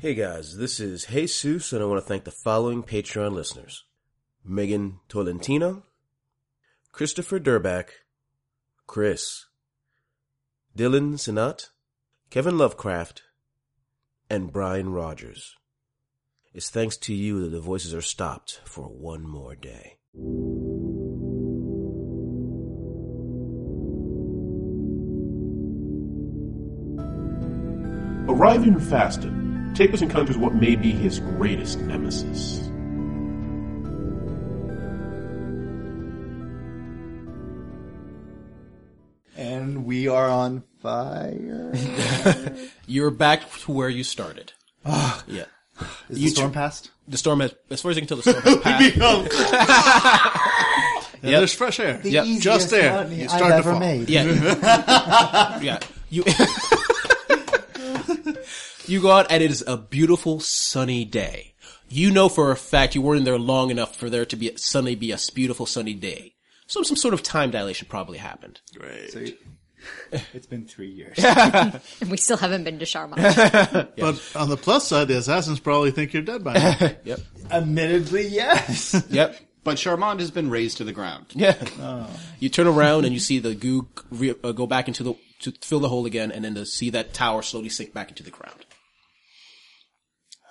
Hey guys, this is Jesus, and I want to thank the following Patreon listeners Megan Tolentino, Christopher Durback, Chris, Dylan Sinat, Kevin Lovecraft, and Brian Rogers. It's thanks to you that the voices are stopped for one more day. Arriving in Faston, Tapers encounters what may be his greatest nemesis. And we are on fire. You're back to where you started. yeah. Ah. Is You the storm tr- past? The storm has, as far as you can tell, the storm has passed. Yeah, there's fresh air. The Yep, easiest just there. money You I've start to ever fall. made. yeah. yeah. You, you go out and it is a beautiful sunny day. You know for a fact you weren't in there long enough for there to be suddenly be a beautiful sunny day. So some sort of time dilation probably happened. Great. It's been three years. And we still haven't been to Sharma. But on the plus side, the assassins probably think you're dead by now. Admittedly, yes. Yep. But Charmond has been raised to the ground. Yeah. You turn around and you see the goo re- uh, go back into the to fill the hole again, and then to see that tower slowly sink back into the ground.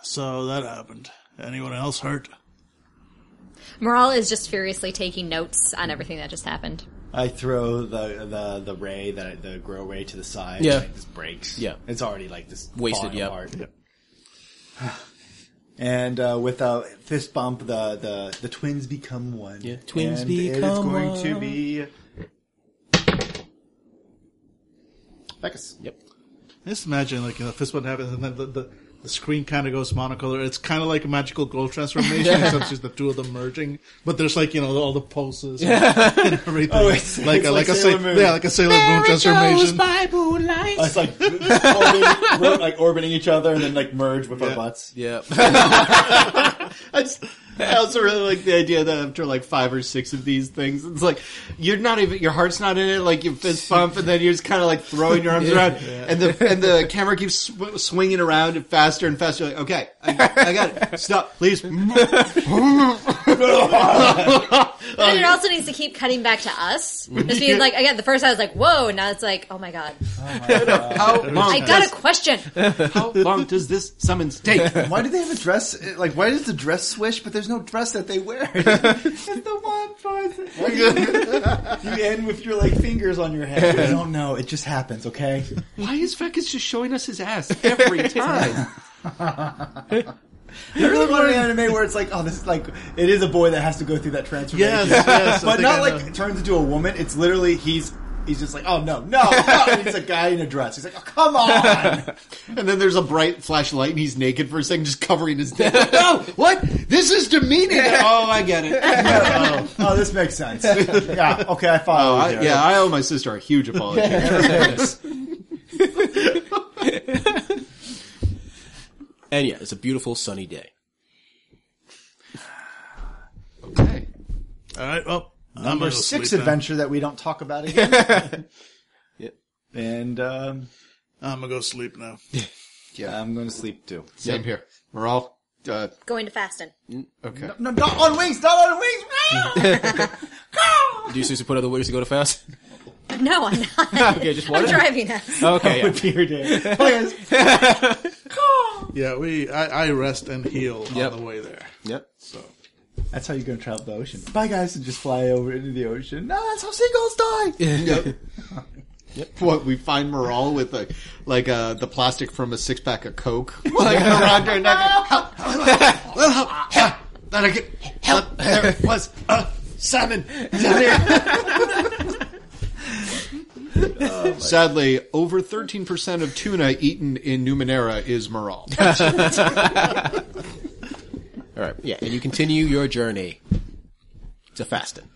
so that happened. Anyone else hurt? Morale is just furiously taking notes on everything that just happened. I throw the the the ray that the grow ray to the side. Yeah. and it just breaks. Yeah. it's already like this Wasted, yeah. And uh, with a fist bump, the, the, the twins become one. Yeah, twins and It's become going to one. be Beckus. Yep. Just imagine, like, you know, if this one happens and then the, the, the screen kind of goes monocolor. It's kind of like a magical glow transformation, except it's just the two of them merging. But there's, like, you know, all the pulses and, and everything. Oh, it's- like, it's like a, like, a Sailor Sa- Moon. Yeah, like a Sailor Moon transformation. It's like orbiting, we're, like orbiting each other and then like merge with our butts. Yeah. I, just, I also really like the idea that after like five or six of these things, it's like you're not even your heart's not in it. Like you fist bump, and then you're just kind of like throwing your arms around, and the and the camera keeps sw- swinging around and faster and faster. Like okay, I, I got it. Stop, please. Oh, But it also needs to keep cutting back to us. Just being like, again, the first I was like, whoa, and now it's like, oh my god. How long? I got does- a question. How long does this summons take? Why do they have a dress? Like, why does the dress swish? But there's no dress that they wear. it's the one part. Why do You you end with your like fingers on your head. I don't know. It just happens. Okay. Why is Beckus just showing us his ass every time? I really want an anime where it's like, oh, this is like, it is a boy that has to go through that transformation. Yes, yes, I but think not I like know. it turns into a woman. It's literally he's he's just like, oh no, no, no. And It's a guy in a dress. He's like, oh come on. And then there's a bright flashlight, and he's naked for a second, just covering his dick. no, what? This is demeaning. oh, I get it. oh, this makes sense. Yeah. Okay, I Oh, follow. you I, there. yeah, I owe my sister a huge apology. and yeah, it's a beautiful sunny day. okay. All right, well, number Number six adventure that we don't talk about again. And um, I'm gonna go sleep now. I'm going to sleep too. Same here. We're all. Uh, Going to Fasten. okay. No, not on wings, not on wings. Do you seriously put other ways to go to fast? No, I'm not. okay, just I'm one. driving us. Okay, yeah. Dear dear. Please. Yeah, we, I, I rest and heal Yep. on the way there. Yep. So. That's how you're going to travel the ocean. Bye, guys, and just fly over into the ocean. No, that's how seagulls die. What we find Moral with a like uh the plastic from a six pack of Coke like around her neck. Help! Help! Help! Help! That I get help. There it was uh, salmon. Sadly, over thirteen percent of tuna eaten in Numenera is Moral. All right. Yeah, and you continue your journey to Fasten.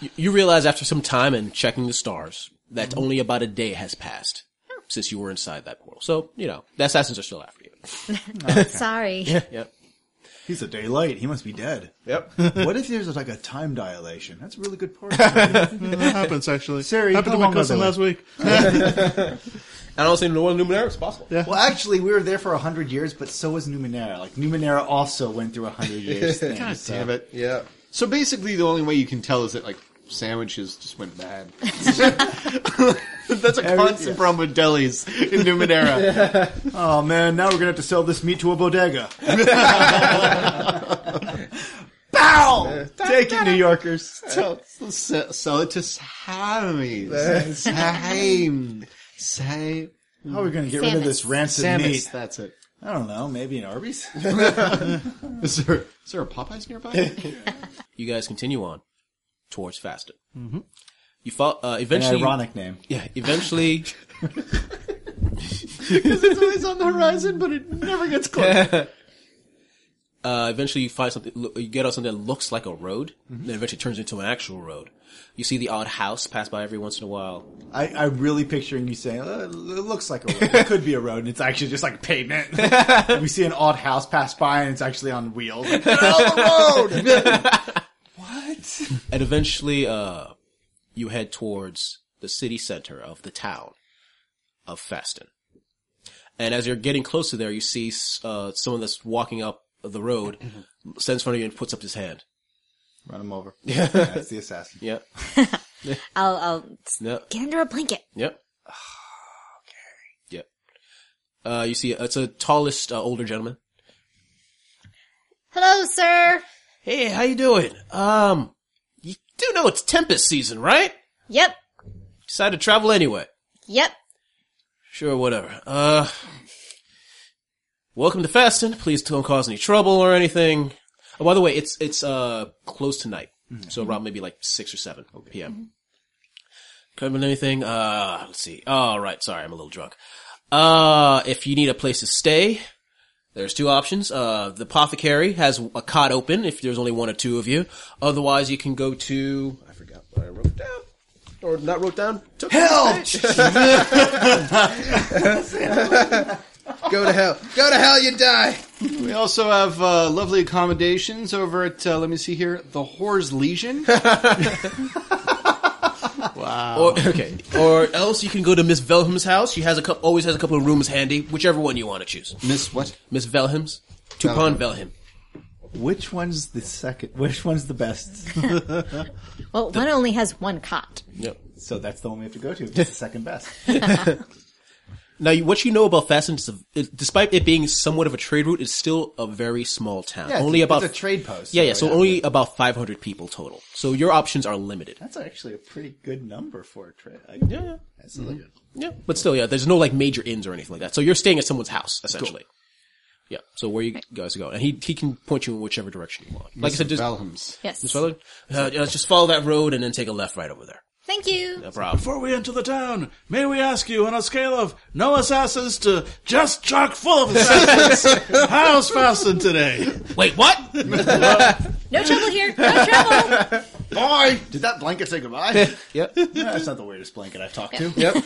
You, you realize after some time and checking the stars that only about a day has passed since you were inside that portal. So you know the assassins are still after you. Sorry. Yep. He's a day late. He must be dead. Yep. what if there's like a time dilation? That's a really good part. That happens actually. Siri, how happened to my long are cousin they? last week. I don't see no one luminaire. It's possible. Yeah. Well, actually, we were there for hundred years, but so was Numenera. Like Numenera also went through a hundred years. thing, God so- damn it. Yeah. So basically, the only way you can tell is that like sandwiches just went bad. That's a constant problem with delis in Numenera. Oh man, now we're gonna have to sell this meat to a bodega. Bow! Take it, New Yorkers. So, so, so it to Sammy's. Same. Same. How are we gonna get rid of this Samus. rancid Sammy's. meat? That's it. I don't know. Maybe an Arby's. Is there, is there a Popeyes nearby? You guys continue on towards Faston. Mm-hmm. You fo- uh, An eventually. ironic name. Yeah. Eventually. it's always on the horizon, but it never gets close. Uh, eventually you find something, lo- you get on something that looks like a road, then eventually turns into an actual road. You see the odd house pass by every once in a while. I, I'm really picturing you saying, "Uh, "It looks like a road. It could be a road, and it's actually just like pavement." we see an odd house pass by, and it's actually on wheels. Like, "Get off the road!" what? And eventually, uh, you head towards the city center of the town of Faston. And as you're getting close to there, you see, uh, someone that's walking up the road stands in front of you and puts up his hand. Run him over. Yeah, that's the assassin. Yep. I'll, I'll Yep. get under a blanket. Yep. okay. Yep. Uh, you see, it's a tallest, uh, older gentleman. Hello, sir. Hey, how you doing? Um, you do know it's Tempest season, right? Yep. Decided to travel anyway. Yep. Sure, whatever. Uh, welcome to Faston. Please don't cause any trouble or anything. Oh, by the way, it's, it's, uh, close tonight. So around maybe like 6 or 7 p.m. Coming anything? Uh, let's see. All right. Sorry. I'm a little drunk. Uh, if you need a place to stay, there's two options. Uh, the apothecary has a cot open if there's only one or two of you. Otherwise, you can go to, I forgot what I wrote down. Or not wrote down. Took Hell! Go to hell. Go to hell, you die. We also have uh, lovely accommodations over at, uh, let me see here, the Whore's Legion. Or, okay. Or else you can go to Miss Velham's house. She has a couple, always has a couple of rooms handy. Whichever one you want to choose. Miss what? Miss Velham's, Tupan Velham. Which one's the second? Which one's the best? Well, one only has one cot. Yep. so that's the one we have to go to. It's the second best. Now, you- what you know about Faston, is the- it- despite it being somewhat of a trade route, it's still a very small town. Yeah, it's- only it's about a trade post, Yeah, yeah. so So yeah. only about 500 people total. So your options are limited. That's actually a pretty good number for a trip. Yeah, yeah, That's really good. yeah. But still, yeah. There's no like major inns or anything like that. So you're staying at someone's house essentially. Yeah. So where you guys go, and he he can point you in whichever direction you want. Like I said, just Valham's. Yes. Miss Willard, uh, yeah, let's just follow that road and then take a left right over there. Thank you. No problem. Before we enter the town, may we ask you on a scale of no assassins to just chock full of assassins, how's Fasten today? Wait, what? No trouble here. No trouble. Bye. Did that blanket say goodbye? yep. Yeah, that's not the weirdest blanket I've talked to. Yep.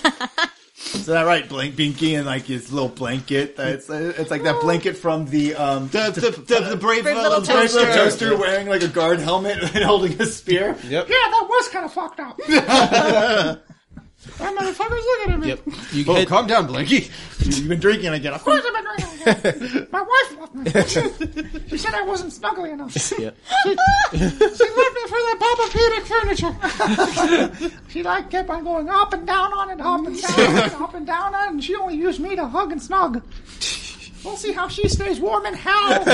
Is that right, Blank Binky, and like his little blanket? It's, it's like that blanket from the um, The, the, the, the brave Brave little little town. Toaster. Toaster. Toaster wearing like a guard helmet and holding a spear. Yeah, Yep. that was kind of fucked up. That motherfucker's looking at me. Yep. You Oh, head- calm down, Blanky. You've been drinking again. Of course. My wife left me. she said I wasn't snuggly enough. She yeah. left me for the Bobapedic furniture. she like kept on going up and down on it, up and down on it, up and down on it, and she only used me to hug and snug. We'll see how she stays warm in hell.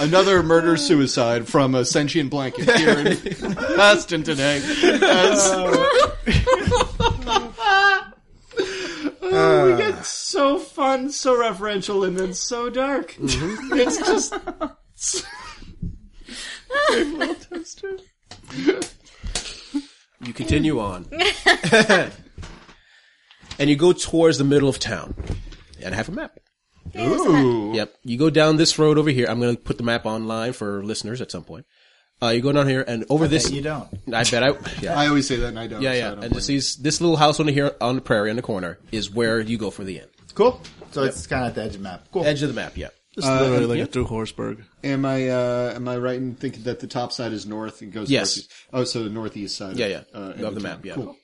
Another murder suicide from a sentient blanket here in Boston today. Yes. Oh, we get so fun, so referential, and then so dark. It's just. Brave little toaster. You continue on. and you go towards the middle of town. And I have a map. Ooh. Yep. You go down this road over here. I'm going to put the map online for listeners at some point. Uh, you go down here and over this. You don't. I bet I. Yeah. I always say that and I don't. yeah, so I yeah. don't And blame this, these, this little house over here on the prairie in the corner is where you go for the inn. Cool. So it's kind of at the edge of the map. Cool. Edge of the map, yeah. It's Uh, literally like yeah. a two horseburg. Am I uh, am I right in thinking that the top side is north and goes? Yes. northeast? Oh, so the northeast side. Yeah, yeah. Uh, Of the map, town. yeah. Cool.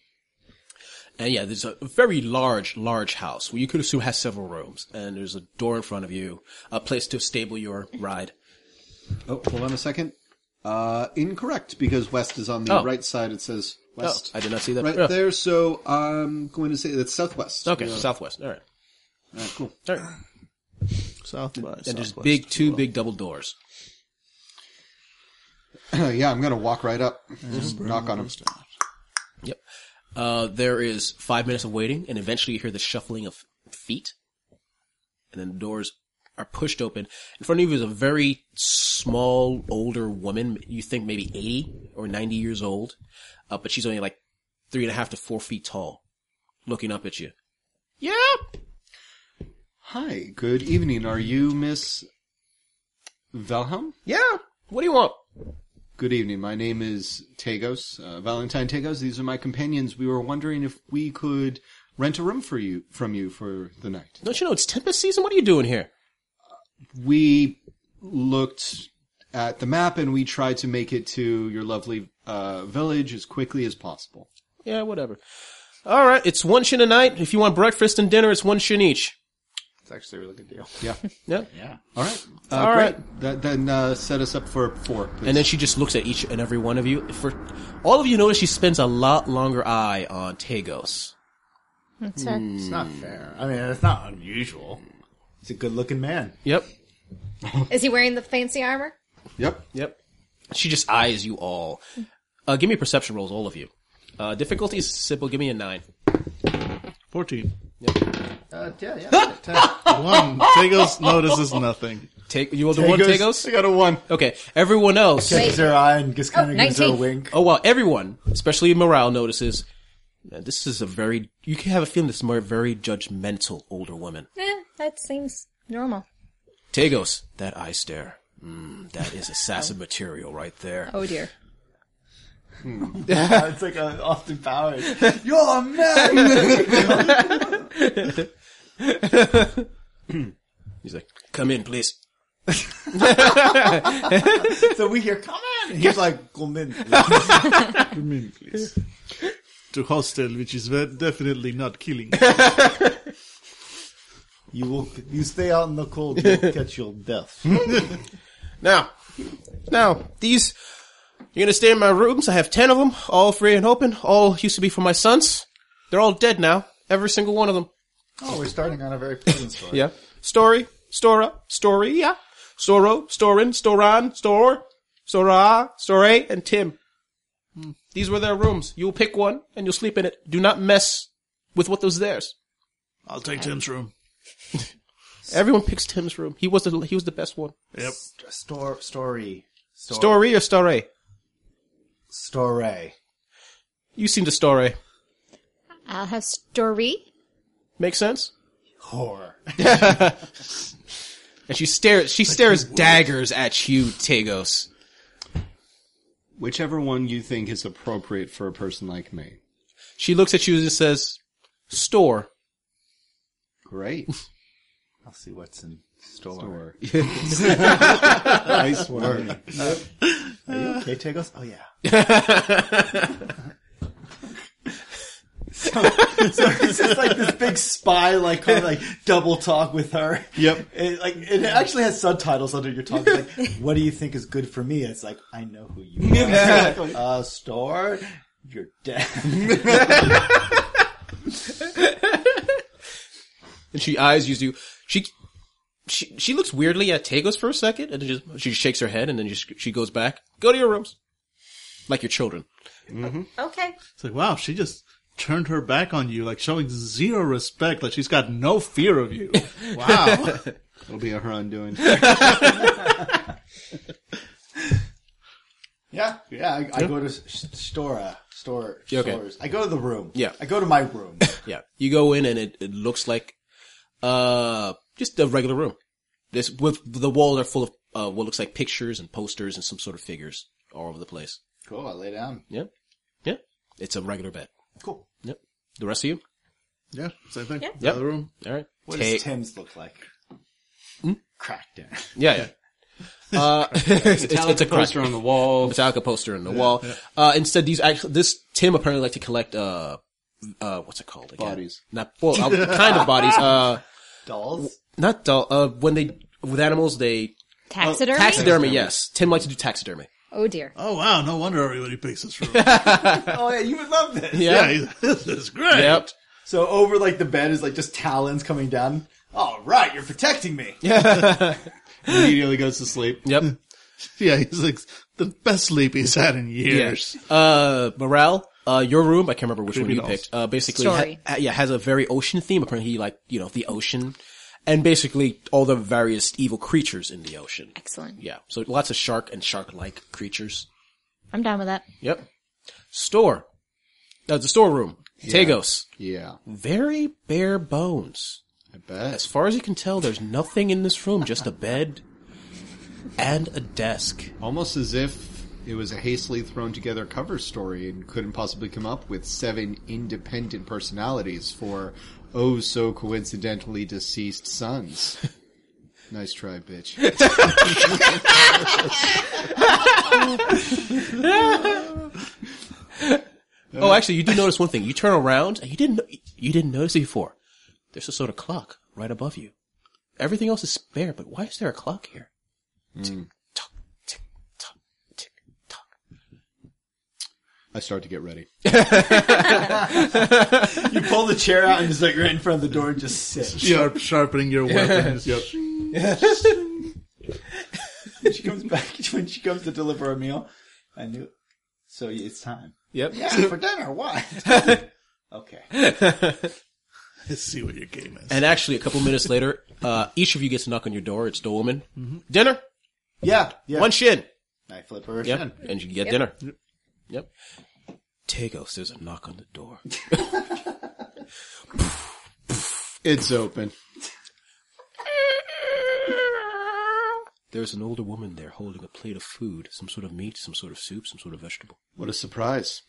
And yeah, there's a very large, large house where you could assume has several rooms. And there's a door in front of you, a place to stable your ride. Oh, hold on a second. Uh, incorrect because west is on the Oh. right side. It says west. I did not see that. Right Yeah. there. So I'm going to say that's southwest. Okay, southwest. All right. All right, cool. All right. South by And there's Southwest. big, two big double doors. yeah, I'm going to walk right up. Just knock on him. Yep. Uh, there is five minutes of waiting, and eventually you hear the shuffling of feet, and then the doors are pushed open. In front of you is a very small, older woman. You think maybe eighty or ninety years old, uh, but she's only like three and a half to four feet tall, looking up at you. Hi. Good evening. Are you Miss Valhelm? Yeah. What do you want? Good evening. My name is Tagos, uh, Valentine Tagos. These are my companions. We were wondering if we could rent a room for you from you for the night. Don't you know it's tempest season? What are you doing here? We looked at the map and we tried to make it to your lovely uh, village as quickly as possible. Yeah, whatever. All right, it's one shin a night. If you want breakfast and dinner, it's one shin each. It's actually a really good deal. Yeah. Yeah. All right. Uh, All great. right. That, then uh, set us up for four. Please. And then she just looks at each and every one of you. For all of you, notice she spends a lot longer eye on Tagos. That's fair. It's not fair. I mean, it's not unusual. He's a good-looking man. Yep, Is he wearing the fancy armor? yep. yep. She just eyes you all. Uh, give me perception rolls, all of you. Uh, difficulty is simple. Give me a nine. fourteen. Uh, yeah, yeah. One Tagos notices nothing. Take you rolled a one, Tagos. I got a one. Okay, everyone else. Catches her eye and just kind Oh, of gives her a 19. wink. Oh well, everyone, especially morale, notices. "Man, This is a very. You can have a feeling this is more very judgmental older woman. Eh, that seems normal. Tagos, that eye stare. Mm, that is assassin material right there. Oh dear. it's like uh, Austin Powers. You're a man. He's like, "Come in, please." so we hear, "Come in." He's like, "Come in." please. To hostel, which is ve- definitely not killing. You will. You stay out in the cold. You'll catch your death. Now, now, these, you're gonna stay in my rooms. I have ten of them, all free and open. All used to be for my sons. They're all dead now. Every single one of them. Oh, we're starting on a very pleasant story. Yeah. Story, Stora, Story, yeah. Soro, Storin, Storan, Stor, Sora, Store, and Tim. Hmm. These were their rooms. You'll pick one and you'll sleep in it. Do not mess with what was theirs. I'll take Tim's room. Everyone picks Tim's room. He was the he was the best one. Yep. Stor- story. Stor- Story or Store? Story. You seem to Store. I'll have story. Make sense? Horror. And she stares. She stares daggers at you, Tagos. Whichever one you think is appropriate for a person like me. She looks at you and says, "Store." Great. I'll see what's in store. Or- Nice word. Are you okay, Tagos? Oh yeah. so, so it's just like this big spy, like kind of like double talk with her. Yep. It, like it actually has subtitles under your talk. It's Like, what do you think is good for me? It's like I know who you are. Uh, store, you're dead. And she eyes you. She she she looks weirdly at Tagos for a second, and then just she shakes her head, and then just, she goes back. Go to your rooms, like your children. Okay. It's like, wow, she just turned her back on you, like showing zero respect, like she's got no fear of you. Wow. It'll be her undoing. Yeah, yeah. I, I go to s- Stora, store, Yeah, okay. stores. I go to the room. Yeah. I go to my room. Yeah, you go in, and it, it looks like uh just a regular room. This with the walls are full of uh, what looks like pictures and posters and some sort of figures all over the place. cool. I lay down. Yeah, yeah. It's a regular bed. Cool. Yep. The rest of you, yeah, same thing. Yeah. The other room. all right. What Ta- does Tim's look like? Crackdown. Yeah, yeah. Uh, it's, it's, it's a Metallica poster crack. on the wall. Metallica poster in the wall. Uh, instead, these actually, this Tim apparently liked to collect, uh, uh, what's it called? Again? Bodies. Not, well, uh, kind of bodies. Uh, Dolls. not doll, uh, when they, with animals, they, Taxidermy? Oh, taxidermy, yes. Tim liked to do taxidermy. Oh dear. Oh wow! No wonder everybody picks this room. Oh yeah, you would love this. yeah, he's- this is great. Yep. So over like the bed is like just talons coming down. All right, you're protecting me. Yeah. Immediately goes to sleep. Yep. Yeah, he's like the best sleep he's had in years. Uh, Morale, uh, your room, I can't remember which Creepy one you dolls. picked, uh, basically, Story. ha- ha- yeah, has a very ocean theme. Apparently, he like, you know, the ocean and basically all the various evil creatures in the ocean. Excellent. Yeah. So lots of shark and shark-like creatures. I'm down with that. Yep. Store. That's the storeroom. Tagos. Yeah, Very bare bones. I bet. As far as you can tell, there's nothing in this room, just a bed and a desk. Almost as if it was a hastily thrown together cover story and couldn't possibly come up with seven independent personalities for oh so coincidentally deceased sons. nice try, bitch. Oh, actually, you do notice one thing. You turn around and you didn't you didn't notice it before. There's a sort of clock right above you. Everything else is spare, but why is there a clock here? Tick, tock, tick, tock, tick, tock. I start to get ready. You pull the chair out and just like right in front of the door and just sit. Sharp, sharpening your weapons. yep. She comes back when she comes to deliver a meal. I knew. So it's time. Yep. Yeah, for dinner. What? okay. Let's see what your game is. And actually, a couple minutes later, uh, each of you gets a knock on your door. It's the woman. Dinner. Yeah. Yeah. One shin. I flip her. Yep. And you get dinner. Yep. Tagos, there's a knock on the door. It's open. There's an older woman there holding a plate of food, some sort of meat, some sort of soup, some sort of vegetable. What a surprise.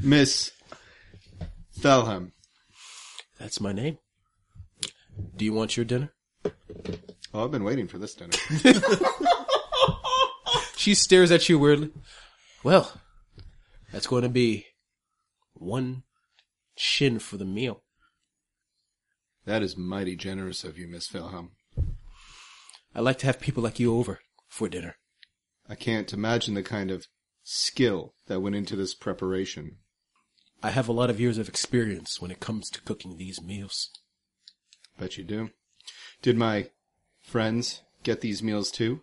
Miss Thalheim. That's my name. Do you want your dinner? Oh, I've been waiting for this dinner. She stares at you weirdly. Well, that's going to be one shin for the meal. That is mighty generous of you, Miss Thalheim. I like to have people like you over for dinner. I can't imagine the kind of skill that went into this preparation. I have a lot of years of experience when it comes to cooking these meals. Bet you do. Did my friends get these meals too?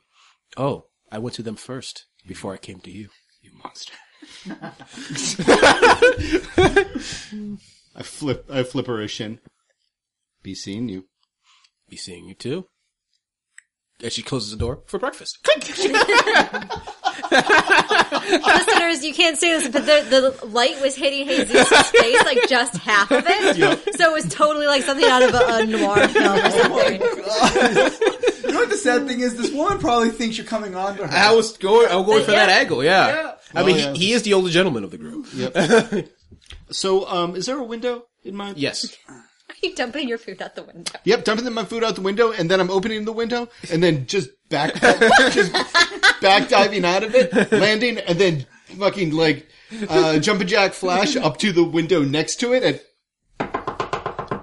Oh, I went to them first before I came to you. You monster. I flip I flip her a shin. Be seeing you. Be seeing you too. And she closes the door for breakfast. Listeners, you can't see this, but the, the light was hitting Jesus' face, like just half of it. So it was totally like something out of a, a noir film Oh, or something. You know what the sad thing is? This woman probably thinks you're coming on to her. I was going. I'm going for that Yeah. angle. Yeah. I mean, yeah. he, he is the older gentleman of the group. So, um, is there a window in my Yes. Are you dumping your food out the window? Yep, dumping my food out the window, and then I'm opening the window, and then just back, just back diving out of it, landing, and then fucking like uh, jumping jack flash up to the window next to it, and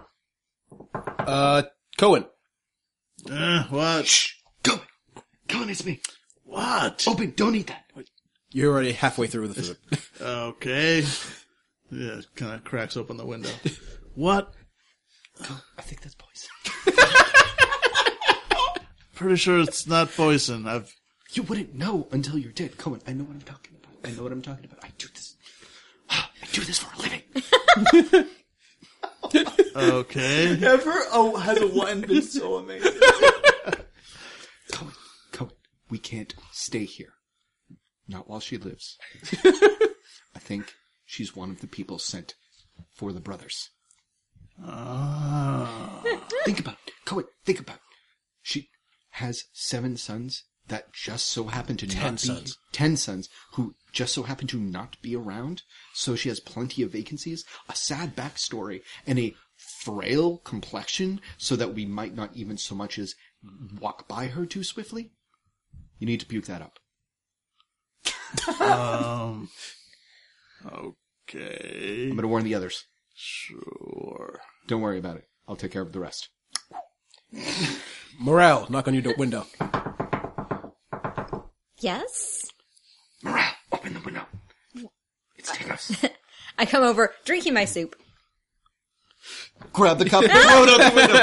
Uh, Cohen. Uh, what? go, go, it's me. What? Open, don't eat that. You're already halfway through the food. Okay. Yeah, kind of cracks open the window. What? I think that's poison. Pretty sure it's not poison. I've You wouldn't know until you're dead, Cohen. I know what I'm talking about. I know what I'm talking about. I do this. I do this for a living. okay. Never oh, has a woman been so amazing. Cohen, Cohen, we can't stay here. Not while she lives. I think she's one of the people sent for the brothers. Think about it. Cohen, think about it. She has seven sons that just so happen to Ten not sons. be ten sons who just so happen to not be around. So she has plenty of vacancies, a sad backstory, and a frail complexion so that we might not even so much as walk by her too swiftly? You need to puke that up. Um. Okay. I'm going to warn the others. Sure. Don't worry about it. I'll take care of the rest. Morale, knock on your door window. Yes? Morale, open the window. It's Tinos. I come over, drinking my soup. Grab the cup and throw it out the window.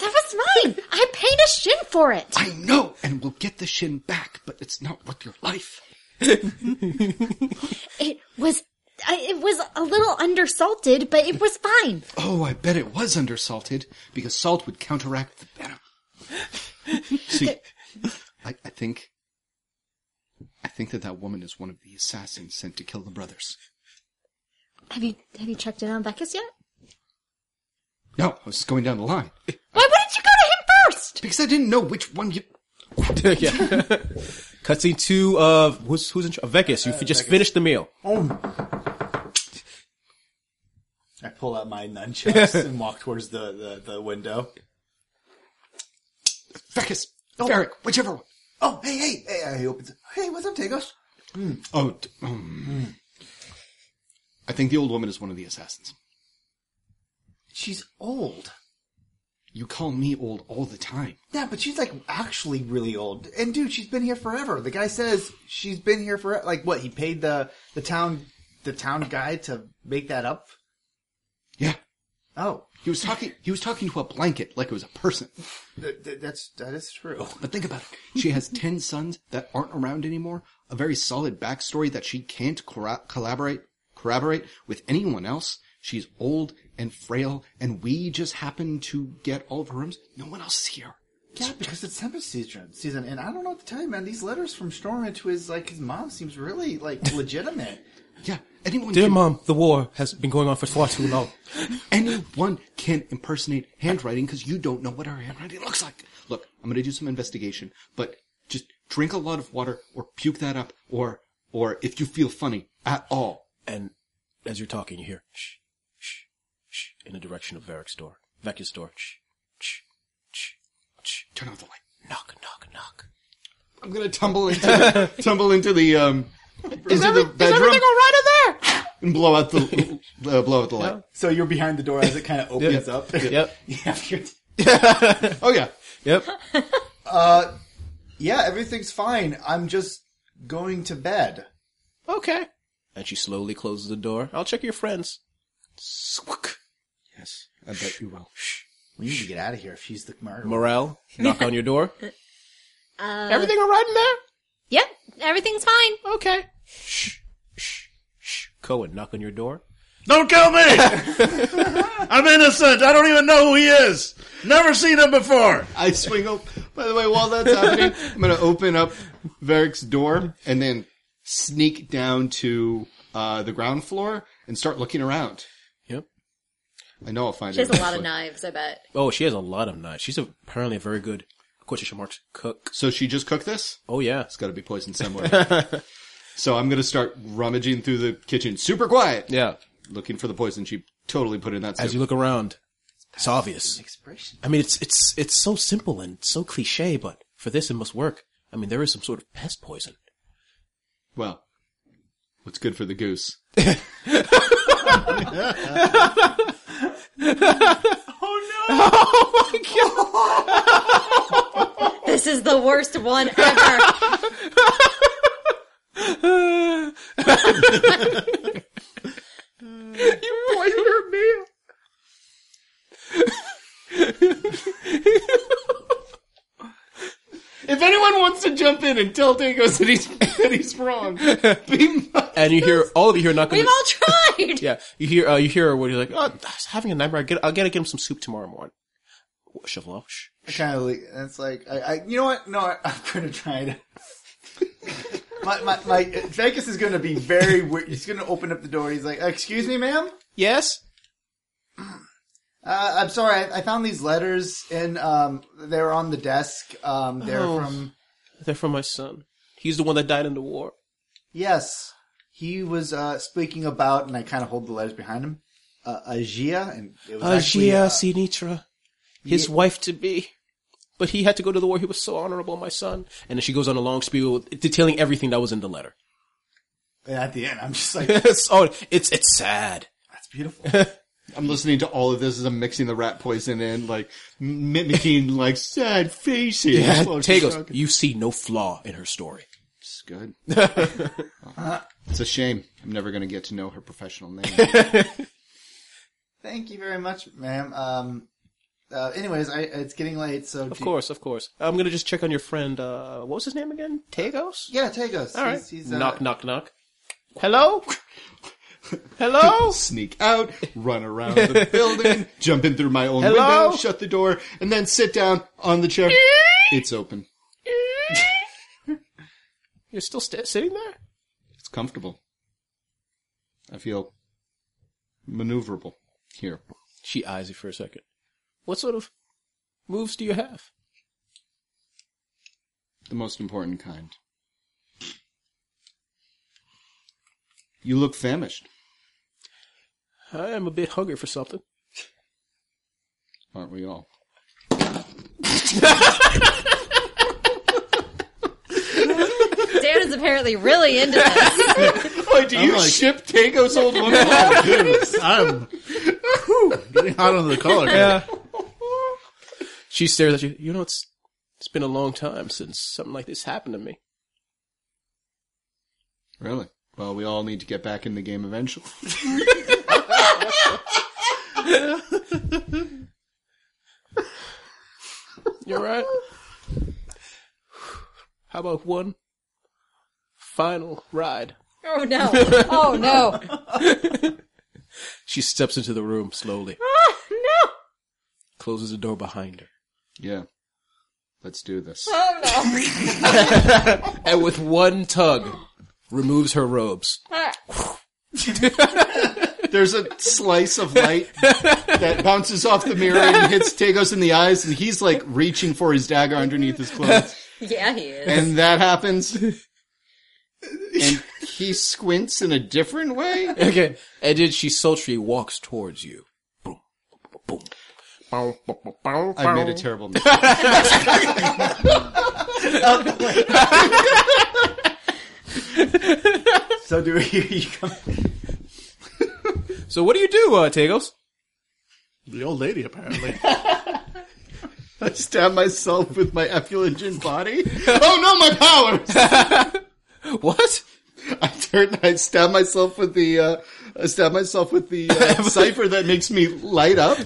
That was mine! I paid a shin for it! I know, and we'll get the shin back, but it's not worth your life. It was, I, it was a little undersalted, but it was fine. Oh, I bet it was undersalted because salt would counteract the venom. See, I, I think, I think that that woman is one of the assassins sent to kill the brothers. Have you, have you checked in on Beckus yet? No, I was just going down the line Why wouldn't you go to him first? because I didn't know which one you. yeah. Cutscene two of who's who's in charge? Vegas. You f- just finished the meal. Oh. I pull out my nunchucks and walk towards the, the, the window. Fecus, Ferric, whichever one. Oh, hey, hey, hey, he opens it. Hey, what's up, Tagos? Oh, d- um. I think the old woman is one of the assassins. She's old. You call me old all the time. Yeah, but she's like actually really old. And dude, she's been here forever. The guy says she's been here for like what? He paid the the town the town guy to make that up. Yeah, Oh, he was talking. He was talking to a blanket like it was a person. th- th- that's that is true. But think about it. She has 10 sons that aren't around anymore, a very solid backstory that she can't corra- collaborate, corroborate with anyone else. She's old and frail, and we just happen to get all of her rooms. No one else is here. Yeah, because it's temper season, season, and I don't know what to tell you, man. These letters from Storm to his like his mom seems really like legitimate. Yeah, anyone Dear can, mom, the war has been going on for far too long. anyone can impersonate handwriting because you don't know what her handwriting looks like. Look, I'm going to do some investigation, but just drink a lot of water or puke that up or, or if you feel funny at all. And as you're talking, Oh, you hear shh, shh, shh in the direction of Varric's door, Vecca's door. Shh, shh, shh, shh. Turn off the light. Knock, knock, knock. I'm gonna tumble into the, tumble into the um into the bedroom right in there? and blow out the uh, blow out the light. So you're behind the door as it kind of opens Yeah. up. Yep. Yeah, you're- Oh yeah, Yep. yeah, everything's fine. I'm just going to bed. okay. And she slowly closes the door. I'll check your friends. Squawk. I bet you will. We need to get out of here if she's the murderer. Morale, knock on your door. Everything all right in there? Yep, everything's fine. Okay. Shh, shh, shh. Cohen, knock on your door. Don't kill me! I'm innocent. I don't even know who he is. Never seen him before. I swing up. By the way, while that's happening, I'm gonna open up Varric's door and then sneak down to uh, the ground floor and start looking around. Yep. I know I'll find She has it. a lot of eventually. knives, I bet. Oh, she has a lot of knives. She's a, apparently a very good quotation marks cook. So she just cooked this. Oh yeah. It's got to be poisoned somewhere. so I'm gonna start rummaging through the kitchen, super quiet, Yeah. looking for the poison she totally put in that soup. As you look around, it's obvious. Expression. I mean, it's it's it's so simple and so cliche, but for this it must work. I mean, there is some sort of pest poison. Well, what's good for the goose? This is the worst one ever. If anyone wants to jump in and tell Dagos that he's that he's wrong, be my- And you hear all of you hear knocking. We've on all tried. the- yeah, you hear uh, you hear her when you're like, oh, I was having a nightmare. I get, I'll get to get him some soup tomorrow morning. Shovel off. Shh. I kind of like, it's like, I, I, you know what? No, I, I'm going to try to. my, my, my, Vegas is going to be very weird. He's going to open up the door. He's like, excuse me, ma'am? Yes. Uh, I'm sorry. I, I found these letters and, um, they're on the desk. Um, they're from, They're from my son. He's the one that died in the war. yes, he was, uh, speaking about, and I kind of hold the letters behind him. uh, Ajia, and it was actually, Ajia uh, Sinitra, his wife to be. But he had to go to the war. He was so honorable, my son. And then she goes on a long spiel detailing everything that was in the letter. and at the end, I'm just like, so it's it's sad. that's beautiful. I'm listening to all of this as I'm mixing the rat poison in, like mimicking like sad faces. Yeah, Oh, while she's Tagos, talking. you see no flaw in her story. It's good. Uh, it's a shame. I'm never going to get to know her professional name. Thank you very much, ma'am. Um, uh, anyways, I, it's getting late, so Of course, of course. I'm gonna just check on your friend. Uh, what was his name again? Tagos. Yeah, Tagos. All right. He's, he's, uh, knock, knock, knock. Hello. Hello. Sneak out, run around the building, jump in through my own Hello? window, shut the door, and then sit down on the chair. it's open. You're still st- sitting there. It's comfortable. I feel maneuverable here. She eyes you for a second. What sort of moves do you have? The most important kind. You look famished, I am a bit hungry for something. aren't we all? Dan is apparently really into this. Wait, do you ship Tango's old woman? Oh, I'm whew, getting hot under the collar. She stares at you. You know, it's it's been a long time since something like this happened to me. really? Well, we all need to get back in the game eventually. You're right. How about one final ride? Oh no! Oh no! She steps into the room slowly, Oh no! closes the door behind her, Yeah. Let's do this. Oh no! and with one tug, removes her robes. There's a slice of light that bounces off the mirror and hits Tagos in the eyes, and he's like reaching for his dagger underneath his clothes. Yeah, he is. And that happens. And he squints in a different way. Okay, and then she sultry walks towards you. Boom, boom, boom. Bow, bow, bow, bow. I made a terrible mistake. So do we? You come, So what do you do, uh, Tagos? The old lady, apparently. I stabbed myself with my effulgent body. Oh no, my powers! What? I turned. I stabbed myself with the. Uh, I stabbed myself with the uh, cipher that makes me light up.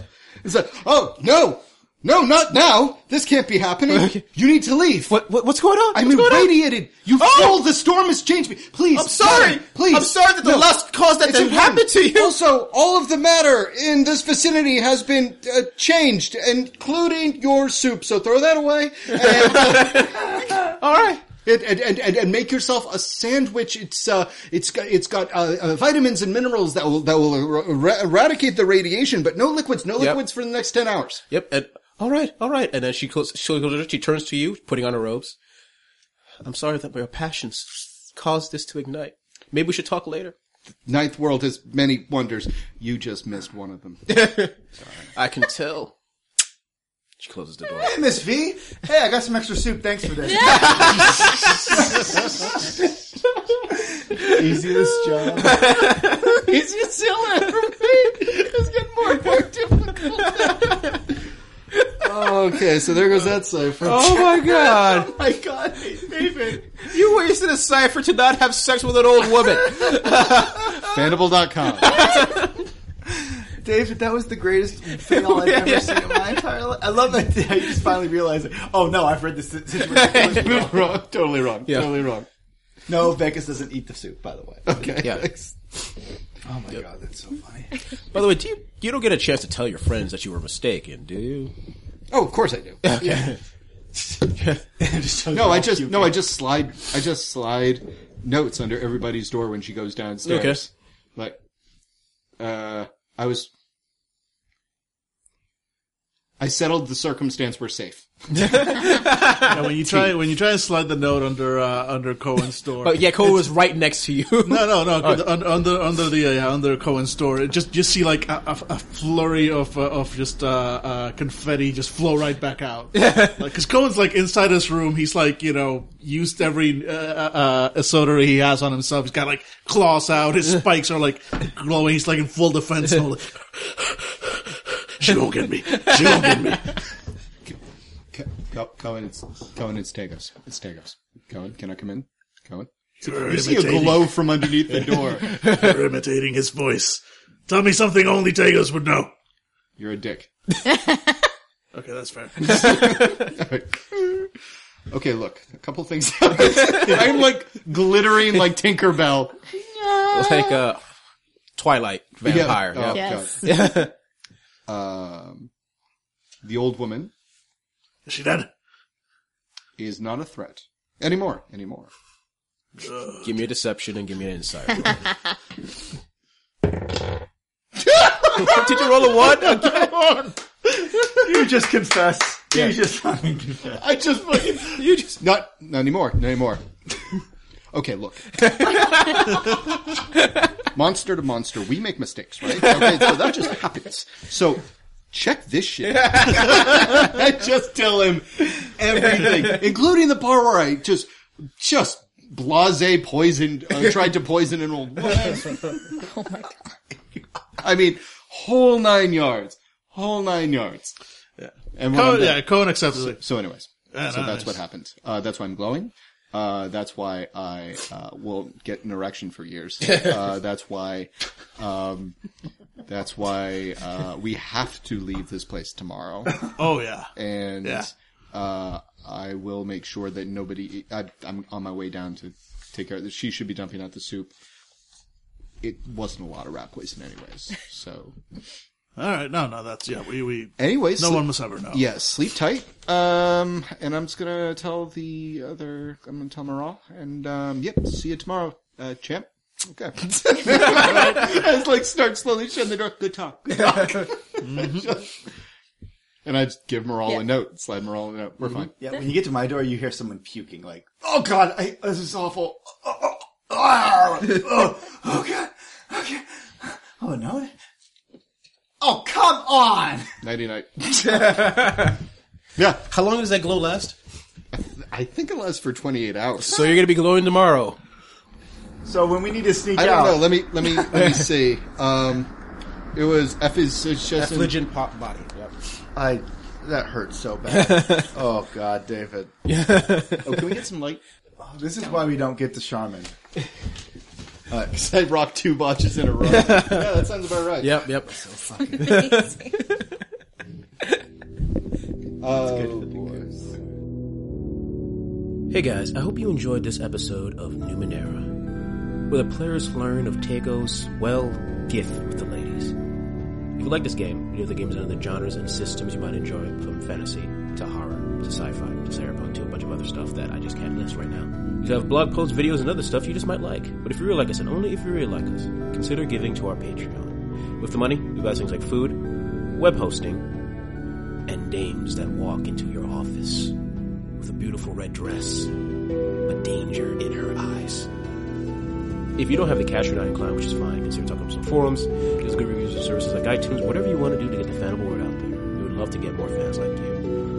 It's like, oh no, no, not now. This can't be happening. You need to leave. What, what? What's going on? I'm What's going on? Oh! irradiated. You've told the storm has changed me. Please. I'm sorry. stop. Please. I'm sorry that the No. last cause that It's that important. happened to you. Also, all of the matter in this vicinity has been uh, changed, including your soup. So throw that away. uh, all right. And, and, and, and, and make yourself a sandwich. It's uh, it's got, it's got uh, uh, vitamins and minerals that will that will er- eradicate the radiation, but no liquids, no liquids for the next ten hours. Yep. And all right, all right. And then she closes. She, goes- she turns to you, putting on her robes. I'm sorry that my passions caused this to ignite. Maybe we should talk later. Ninth world has many wonders. You just missed one of them. I can tell. She closes the door. hey, Miss V. Hey, I got some extra soup. Thanks for this. Easiest job. He's just selling everything. It's getting more and more difficult. okay, so there goes that cipher. Oh my god! my god, David. You wasted a cipher to not have sex with an old woman. Fandible.com. David, that was the greatest fail I've ever seen in my entire life. I love that I just finally realized it. Oh no, I've read this si- situation. wrong. Totally wrong. Totally wrong. no, Vegas doesn't eat the soup, by the way. Okay. Yeah. thanks. Oh my god, that's so funny. By the way, do you you don't get a chance to tell your friends that you were mistaken, do you? Oh, of course I do. No, I just no, I just slide I just slide notes under everybody's door when she goes downstairs. Like uh I was I settled the circumstance. We're safe. Yeah, when you try when you try and slide the note under uh, under Cohen's store. Oh, But yeah, Cole was right next to you. No, no, no. under, under under the uh, yeah, under Cohen's store, it just just see like a, a, a flurry of uh, of just uh, uh, confetti just flow right back out. Because Cohen's like inside his room, he's like you know used every uh, uh, uh, soda he has on himself. He's got like claws out, his spikes are like glowing. He's like in full defense mode. Like, she won't get me. She won't get me. Co- Co- Cohen, it's Cohen, it's Tagos. It's Tagos. Cohen, can I come in? Cohen, You're you see a imitating- glow from underneath the door. You're imitating his voice. Tell me something only Tagos would know. You're a dick. Okay, that's fair. Okay, look, a couple things. I'm like glittering like Tinkerbell. like uh, Twilight vampire. Yeah. Oh, yeah. Yes. Yeah. Um, the old woman Is she dead? is not a threat anymore. Anymore. give me a deception and give me an insight. Did you roll a one? Okay. You just confess. You just fucking confess. I just fucking you just not not anymore, not anymore. okay, look. monster to monster, we make mistakes, right? Okay, so that just happens. So check this shit. I just tell him everything, including the part where I just just blase poisoned, uh, tried to poison an old woman. Oh I mean, whole nine yards, whole nine yards. Yeah. And when I'm Cohen, done- yeah, Cohen accepts it. so, anyways, so that's nice. what happened. Uh, that's why I'm glowing. Uh, that's why I uh, won't get an erection for years. Uh, that's why. Um, that's why uh, we have to leave this place tomorrow, Oh yeah, and Yeah. uh, I will make sure that nobody. I, I'm on my way down to take care of this. She should be dumping out the soup. It wasn't a lot of rat poison, anyways. So, all right. No, no, that's yeah. We we anyways, no so- one must ever know. yeah, sleep tight. Um, and I'm just gonna tell the other. I'm gonna tell Maral, and um, yep, see you tomorrow, uh, champ. Okay. I just like start slowly shutting the door. Good talk. Good talk. Mm-hmm. and I just give Maral a note. Slide Maral a note. We're fine. Yeah, when you get to my door, you hear someone puking. Like, oh god, I, this is awful. Oh, oh, oh, oh, oh god, okay. Oh no. Oh come on. Nighty night. yeah, How long does that glow last? I think it lasts for 28 hours. So you're gonna be glowing tomorrow. So when we need to sneak I don't out, know. Let me let me let me see. Um, it was F is suggestion. Religion pop body. I that hurts so bad. oh god, David. Oh, can we get some light? Oh, this is why we don't get the shaman. Uh, I rock two botches in a row. yeah, that sounds about right. Yep, yep. Hey guys, I hope you enjoyed this episode of Numenera, where the players learn of Tego's, well, gift with the ladies. If you like this game, you know the games and other genres and systems you might enjoy, from fantasy to horror to sci-fi to cyberpunk to a bunch of other stuff that I just can't list right now. You have blog posts, videos, and other stuff you just might like. But if you really like us, and only if you really like us, consider giving to our Patreon. With the money, you buy things like food, web hosting, and dames that walk into your office with a beautiful red dress, but danger in her eyes. If you don't have the cash, you're not inclined, which is fine. Consider talking to some forums, there's good reviews of services like iTunes, whatever you want to do to get the fanable word out there. We would love to get more fans like you.